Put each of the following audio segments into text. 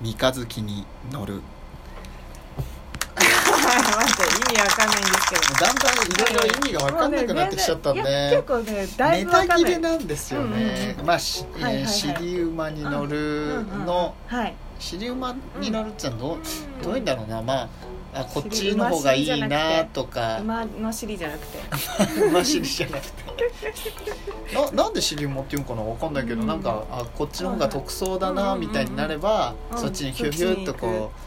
三日月に乗る待って意味わかんないんですけどだんだんいろいろ意味が分かんなくなってきちゃったんもうでね全然いや結構ねだいネぶわかんタない切れなんですよね、うんうまあし、えーはいはいはいシリウマに乗うんうるんうんの、はいシリウマに乗るってのはどう,、んどういうんだろうなまああこっシちリウのマ方がいシリじいゃななくてとか馬の尻じゃなくて馬尻じゃなくて ななんで尻もっていうんかなわかんないけど、うんなんかあこっちの方が得そうだなうんみたいになれば、うんそっちにヒューヒューっとこう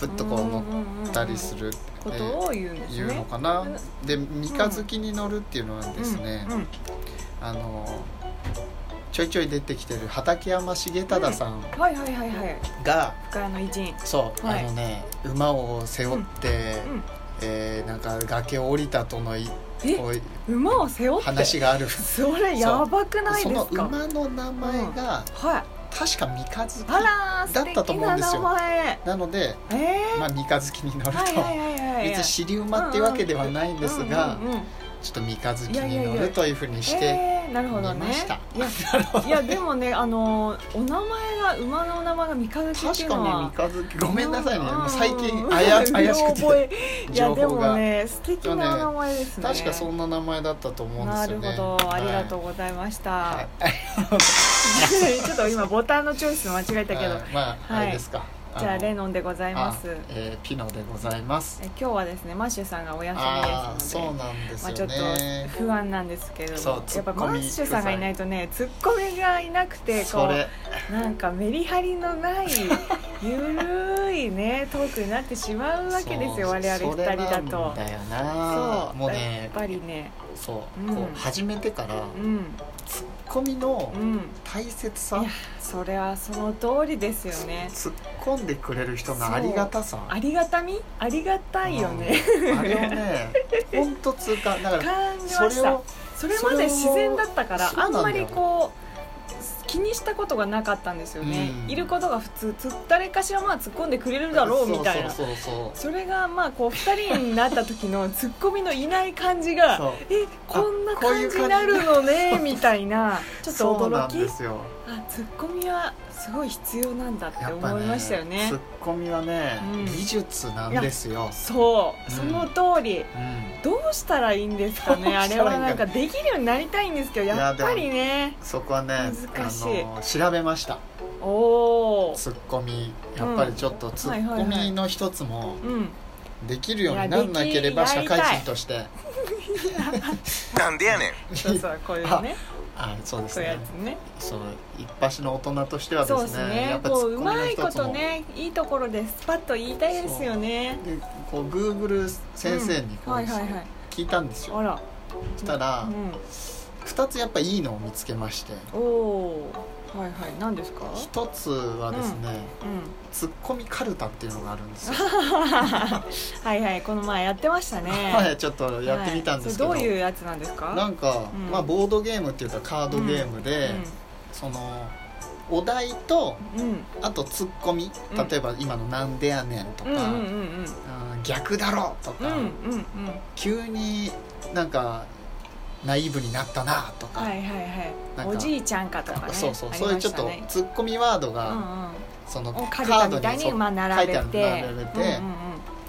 プッとこう乗ったりするる、ことを言うんです言うのねかな、うで三日月に乗るっていうのはですね、うんうんあのちょいちょい出てきてる畠山重忠さんはいはいはいはいが、深谷の偉人そう、はいあのね馬を背負って、うんうんえーなんか崖を降りたとのいえおい馬を背負って話があるそれやばくないそでのすか馬の名前が、はい確か三日月あらー素だったと敵思うんなです名よ前なので、えーまあ、三日月に乗ると、はいはいはいはいはい別に尻馬っていうわけではないんですが、うんうんうんちょっと三日月にいや乗いやいるやというふうにして、えーなるほどね見ましたいや いやでもねあのーお名前が馬のお名前が三日月って確いうのかには三日月ごめんなさいね、うもうう最近あや怪 しくうろ覚てえいや情で報もが、ね素敵なお名前ですね確かそんな名前だったと思うんでなすよるねほどありがとうございました、はい、 ちょっと今ボタンのチョイス間違えたけど、はいまあ、はいあれですかじゃあレごノンでございますええーピノでございます今日はですねマッシュさんがお休ああみですそのうでなんですまあ、ちょよっね、と不安なんですけれどもそうやっぱツッコマミッシュさんがいないとねツッコミがいなくてこそうれなんかメリハリのないゆるいねトークになってしまうわけですよそう我々二人それだとなんだよそなうもうやねっぱりねそう、うんこう始めてからうんコミのうん大切さいやそれはその通りですよね突っ込んでくれる人のありがたさありがたみありがたいよね、うんあれをね本当痛感だから感じそましれたをそれまで自然だったからそれをあんまそうりなんだよこう気にしたことがなかったんですよね、うんいることが普通つ誰かしらまあ突っ込んでくれるだろうみたいなそうそうそうそうそれがまあこう2人になった時のツッコミのいない感じがそうえこんな感じになるのねみたいなちょっとそうなん驚きですよあツッコミはすごい必要なんだってやっぱ思いましたよねツッコミはね、うん技術なんですよ、そうその通り、うん、どうしたらいいんですかねどうあしれたらいはいんだなんかできるようになりたいんですけどいややっぱりねそこはねあ難しいの調べましたおおツッコミやっぱりちょっとツッコミの一つもうんできるようにならなければいや社できやりたい会人として なんでやねん そうそうこういうねあそうですそういうやねつねそう一発の大人としてはでそうですすねねやっぱツこうッうコミのまい一こつともねいいところでスパッと言いたいですよねでこう Google 先生にこうはいはいはい聞いたんですよあらしたらう2つやっぱいいのを見つけましてん、おおはいはい何ですか1つはですねうんツッコミカルタっていうのがあるんですよはいはいこの前やってました ね前ちょっとやってみたんですけどはいそれどういうやつなんですかなんかうんまあボードゲームっていうかカードゲームでそのお題とうんうんあとツッコミうん例えば今の「なんでやねん」とうんうんかうんうん「逆だろ!」とうんうんかうんうん急になんかナイーブになったなとかはいはいなはんいかおじいちゃんかとかねそうそうありそういうまちょしったとねツッコミワードうんがそのうんおカカルタードみたいにそにうまあ書い並べてあるて並べうんうんて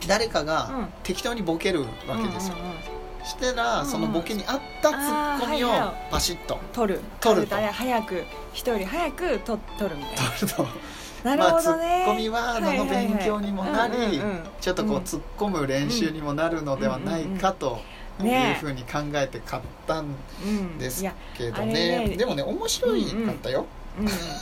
誰かうんが適当にボケるわうんけですようんうんうんしたうらんそのボケに合ったツッコミをあーはいはいバシッと取る取るカルタで早く一人早くと取るみたい取るとななるまあほツどねッコミワードの勉強にもなりはいはいはいうんうんうんちょっとこううん突っ込む練習にもなるのではないかとうんうんうんいうねふうに考えて買ったんうんですいやけどあれねねでもね面白いかったよう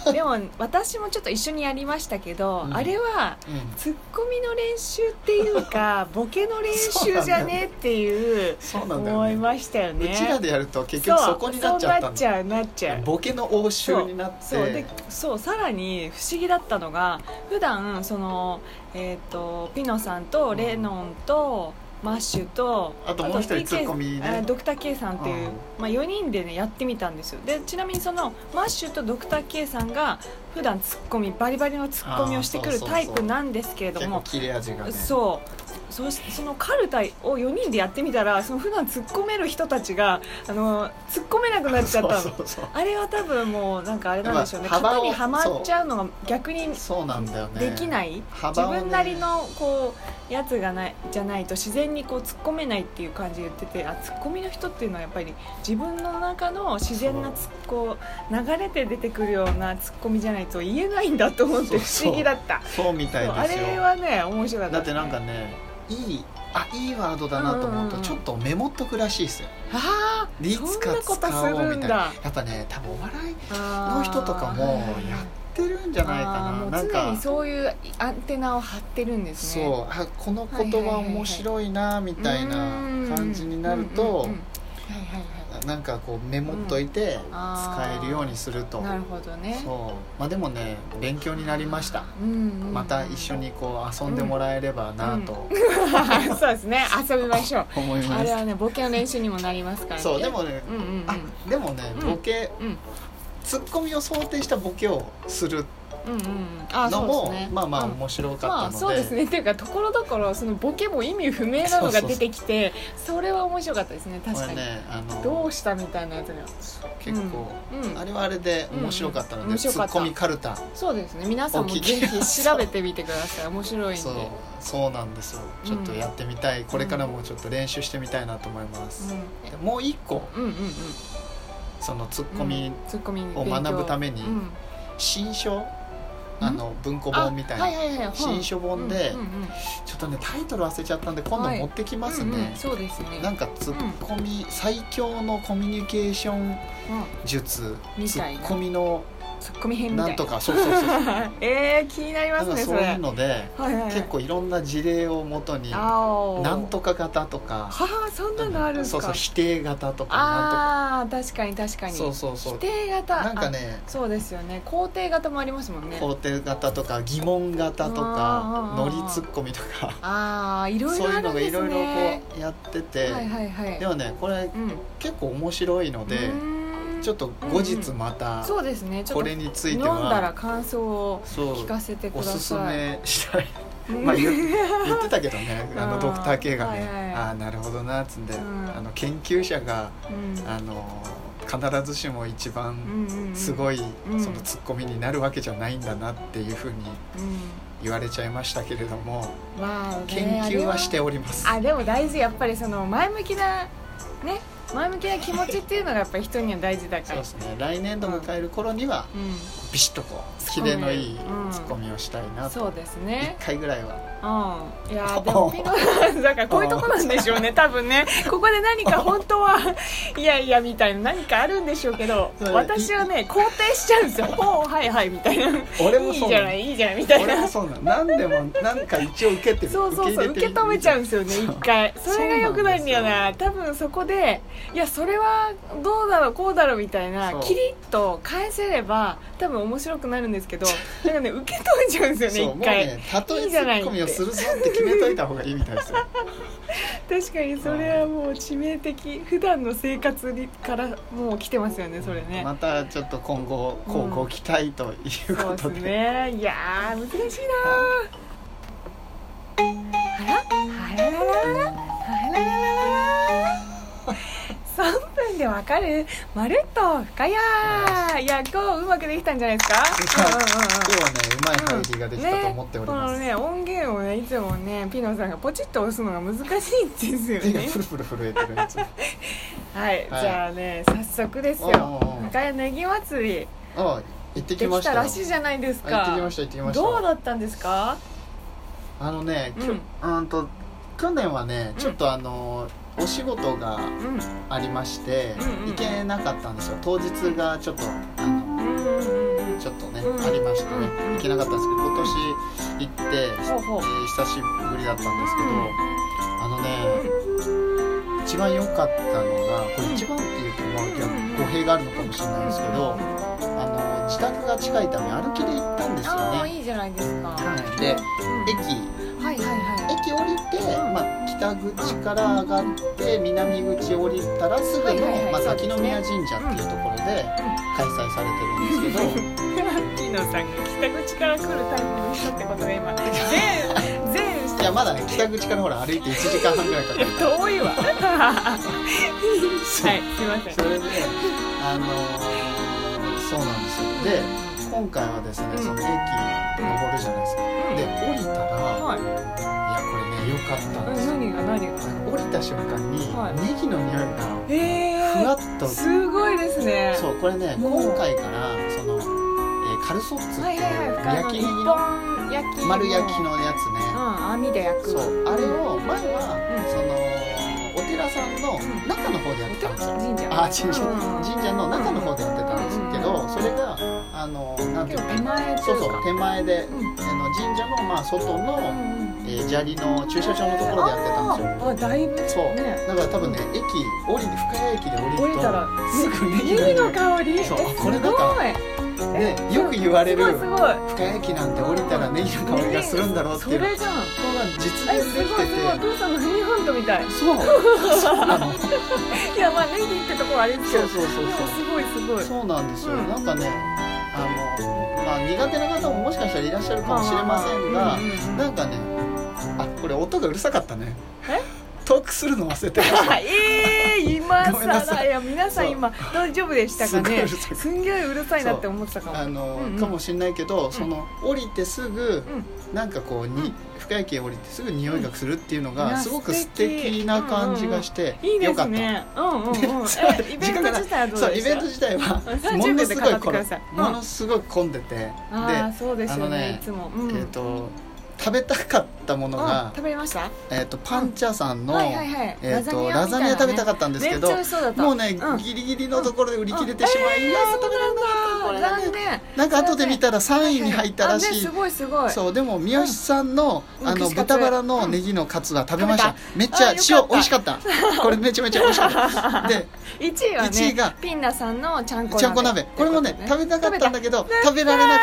んでも 私もちょっと一緒にやりましたけど、うんあれはうんツッコミの練習っていう かボケの練習じゃねえっていうそうなんだよ思いねましたようねちらでやると結局そこになっちゃったそうんなっだちゃうなっちゃうボケの応酬になってそうでそうさらに不思議だったのが普段そのえっ、とピノさんとレノンと、マッシュとあともう一人 PK ツッコミねあドクター K さんっていう、うんまあ、4人でねやってみたんですよでちなみにそのマッシュとドクター K さんが普段ツッコミバリバリのツッコミをしてあくーるそうそうタイプなんですけれど結構も切れ味がねそうそしそのカルタを4人でやってみたらその普段突っ込める人たちがあの突っ込めなくなっちゃったのそうそうそうあれは多分もうなんかあれなんでしょうねやっぱ型幅をにはまっちゃうのが逆にそうなんだよねできないい、自幅をね分なりのこうやつがないじゃないと自然にこう突っ込めないっていう感じで言っててあ突っ込みの人っていうのはやっぱり自分の中の自然な突っこう流れて出てくるような突っ込みじゃないと言えないんだと思ってそう不そう思議だったそうみたそうあいですよれはね面白かっただってなんかねいいあいいワードだなと思ううんうんうとんちょっとメモっとくらしいですよああいつかそんなこと使すおうみるたいんなだやっぱね多分お笑いやあーの人とかもはいはいやってるんじゃないあーもかななうん常にかそういうアンテナを張ってるんですねそうあこの言葉面白いなみたいな感じになるとうんうんうんはいはいはいなんかこうメモっといて使あーえるようにするとなるほどねそうまあでもね勉強になりましたうんうんうんまた一緒にこう遊んでもらえればなと そうですね遊びましょう思いあまれすはねボケの練習にもなりますからねそうでもねうんうんうんあでもねうんボケうんツッコミを想定したボケをするうんうんあのそうですもねまあまあうん面白まかあったそうのですでねっていうかところどころそのボケも意味不明なのが出てきてそれは面白かったですね確こかれに、ねあどのうしたみたいなやつが結構うんうんあれはあれで面白かったのうんうでん面白ツかッったコミカルタそうですね皆さんもおぜ聞きくださいひ調べてみてください面白いんでそうそうなんですよちょっとやってみたいこれからもちょっと練習してみたいなと思いますでもう一個うん、うんうんうんそのツッコミツッコミを学ぶためにうん新書あの文庫本みたいあなはいはいはい、新書本でうんうんうんちょっとねタイトル忘れちゃったんで今度持ってきますうんうねん、そうですねなんかツッコミ、最強のコミュニケーションう術みツたいなッコミのんツッコミ編みたないんとかそうそうそう かえー、気になりまなすんかねそそうれいうのではいはいはい、結構いろんな事例をもとになあーんとか型とかはあそんなのあるんですそうかそう否定型とかなんああ確かに確かとかにそうそうそう否定型なんかねあそうですよね肯定型もありますもんね肯定型とか疑問型とかうんうんノうんうんリツッコミとかああいろいそうろいあうるのんがでいすろいろこねうやっててはいはいはいでもねこれうん結構面白いのでうーんちょっと後日またそうですねちょこっとれ飲んについてだらは感想をそ聞うかせてくおださいすすめしたい うんまあ言 う言ってたけどねあうのんドクター系がねはいはいああなるほどなっつってうんあの研究者がうんあの必ずしも一番すい、ごいんそのツッコミになるわけじゃないんだなっていうふうにうん言われちゃいましたけれどもまあね研究はしておりますあでも大事やっぱりその前向きなね前向きな気持ちっていうのがやっぱり人には大事だかそうらですね来年度迎える頃にはうビシッとこうツッコキミレのいいうんツッコミをしたいんなとそうです一ね回ぐらいはうんいやーでもピノだからこういうとこなんでし ょうね多分ねここで何か本当はいやいやみたいな何かあるんでしょうけどそれ私はね肯定しちゃうん ですよほうはいはいみたいな 俺いもいそうじゃないいいじゃないみたい俺もなそうなの何でもなんか一応受けてるそうそうそう受け止めちゃうんですよね一回それが良くないんだよな多分そこでいやそれはどうだろうこうだろうみたいなそうキリッと返せれば多分面白くなるんです けどなんかね受け止めちゃうんですそうもようね一回ねたとえツッコミをするぞって決めといた方がいいみたいです よ確かにそれはもう致命的普段の生活にからもう来てますよねそれねまたちょっと今後こうご期待というそこうとです でねいやー難しいなーあらあららららあららららら3分でわかるまるっと深やいや今日うまくできたんじゃないですか今日はねうまいうん入りができたと思っております、ね、このね音源をねいつもねピノさんがポチッと押すのが難しいんですよ手がねプルプル震えてるやつはい、はいじゃあね早速ですおうよおうおう深谷ネギ祭りあ行ってきでまきしたたよらしいじゃないですあ行ってきかました行ってきましたどうだったんですかあのね、きうんうーんと去年はねちょっとあの、お仕事がうんありまして、うんうん行けなかったんですよ当日がちょっとあのうんちょっとね、うんありましてねうん行けなかったんですけど今年行って、えほうほうー久しぶりだったんですけど、うんあのね一番良かったのがこうんれ一番っていうとまあうん語弊があるのかもしれないですけど、あの自宅が近いため歩きで行ったんですよね。ああいいじゃないですか、ははいでい、駅はいはいは駅降りて、まあ、北口から上がって南口降りたらすぐの、はいはいはいまあ、そうで滝すね宮神社っていうところで開催されてるんですけど、いピノさんが北口から来るタイプの人ってことが今全全いやまだね北口からほら歩いて1時間半ぐらいかかるから遠いわ はいすいませんそれであのーそうなんですよで今回はですね、うそんの駅登るじゃないですか、うんで降りたら、はいいやこれね良かったんですよ、何が何が降りた瞬間に、はいネギの匂いがへえふわっと、すごいですねそうこれねもう今回からその、えーカルソッツってはいいうはいはい焼きネ一ギの本焼き丸焼きうのやつね、ん網で焼くそうあれを前うんは、そのお寺さんのん中の方でやっおてたんですよ、寺神社あ神社うん神社の中の方でやってたんですけど、それがあのなんてい結う構の手前といそうそう手前で、うんうんあの神社のまあ外うの、んえー砂利の駐車場のところでやってたんですよ。あーあだいぶそう、ねだから多分ね駅降りて深谷駅で降降りるりとたらすぐネギネギのの香りえすそごういあこれだからねよく言われるすごいすごい深谷駅なんて降りたらネギの香りがするんだろうってそいうれじゃそんこが実え現すできごていすごいおて父さんのユニファントみたいそうそうなのそういやまあネギってとこはあれですけそうそどうでそもうすごいすごいそうなんですよ、うんなんかねあの、まあ、苦手な方ももしかしたらいらっしゃるかもしれませんが、うんうんうんなんかねあこれ音がうるさかったねえトークするの忘れてましたえー、今ごめんなささらいいや皆さん今大丈夫でしたかねすごいうるさいすんげえうるさいなって思ってたかもあの、うんうんかもしれないけどその降りてすぐ、なんかこうに深谷駅へ降りてすぐ匂いがするっていうのうんいが、やすごく素素敵敵な感じがして、いいでよかすった、ねうんうんうん そうえイベント自体はどうそうでイしたベント自体はも30のすごい秒で語こってくれださいうんものすごい混んでてでああそうですよあのねねいつもうんえっ、と食べたかったものうんが、食べましたえっとパンチャさんの、はいはいはいえっとララザザニニアア食べみたいなねたかったんですけどめっちゃ美味しそうだったもうね、うんギリギリのところで売り切れてしまい、いやー食べられなかったこれがね残念なんか後で見たら3位に入ったらあねしいすごいすごいそうでも三好さんの,、うんあうんの串カツ豚バラのネギのカツは食べました、めっちあゃよかった塩美味しかったこれめちゃめちゃ美味しかった で1位はね一位がピンナさんのちゃんこ鍋ちゃんこ鍋これもね食べたかったんだけど食べられな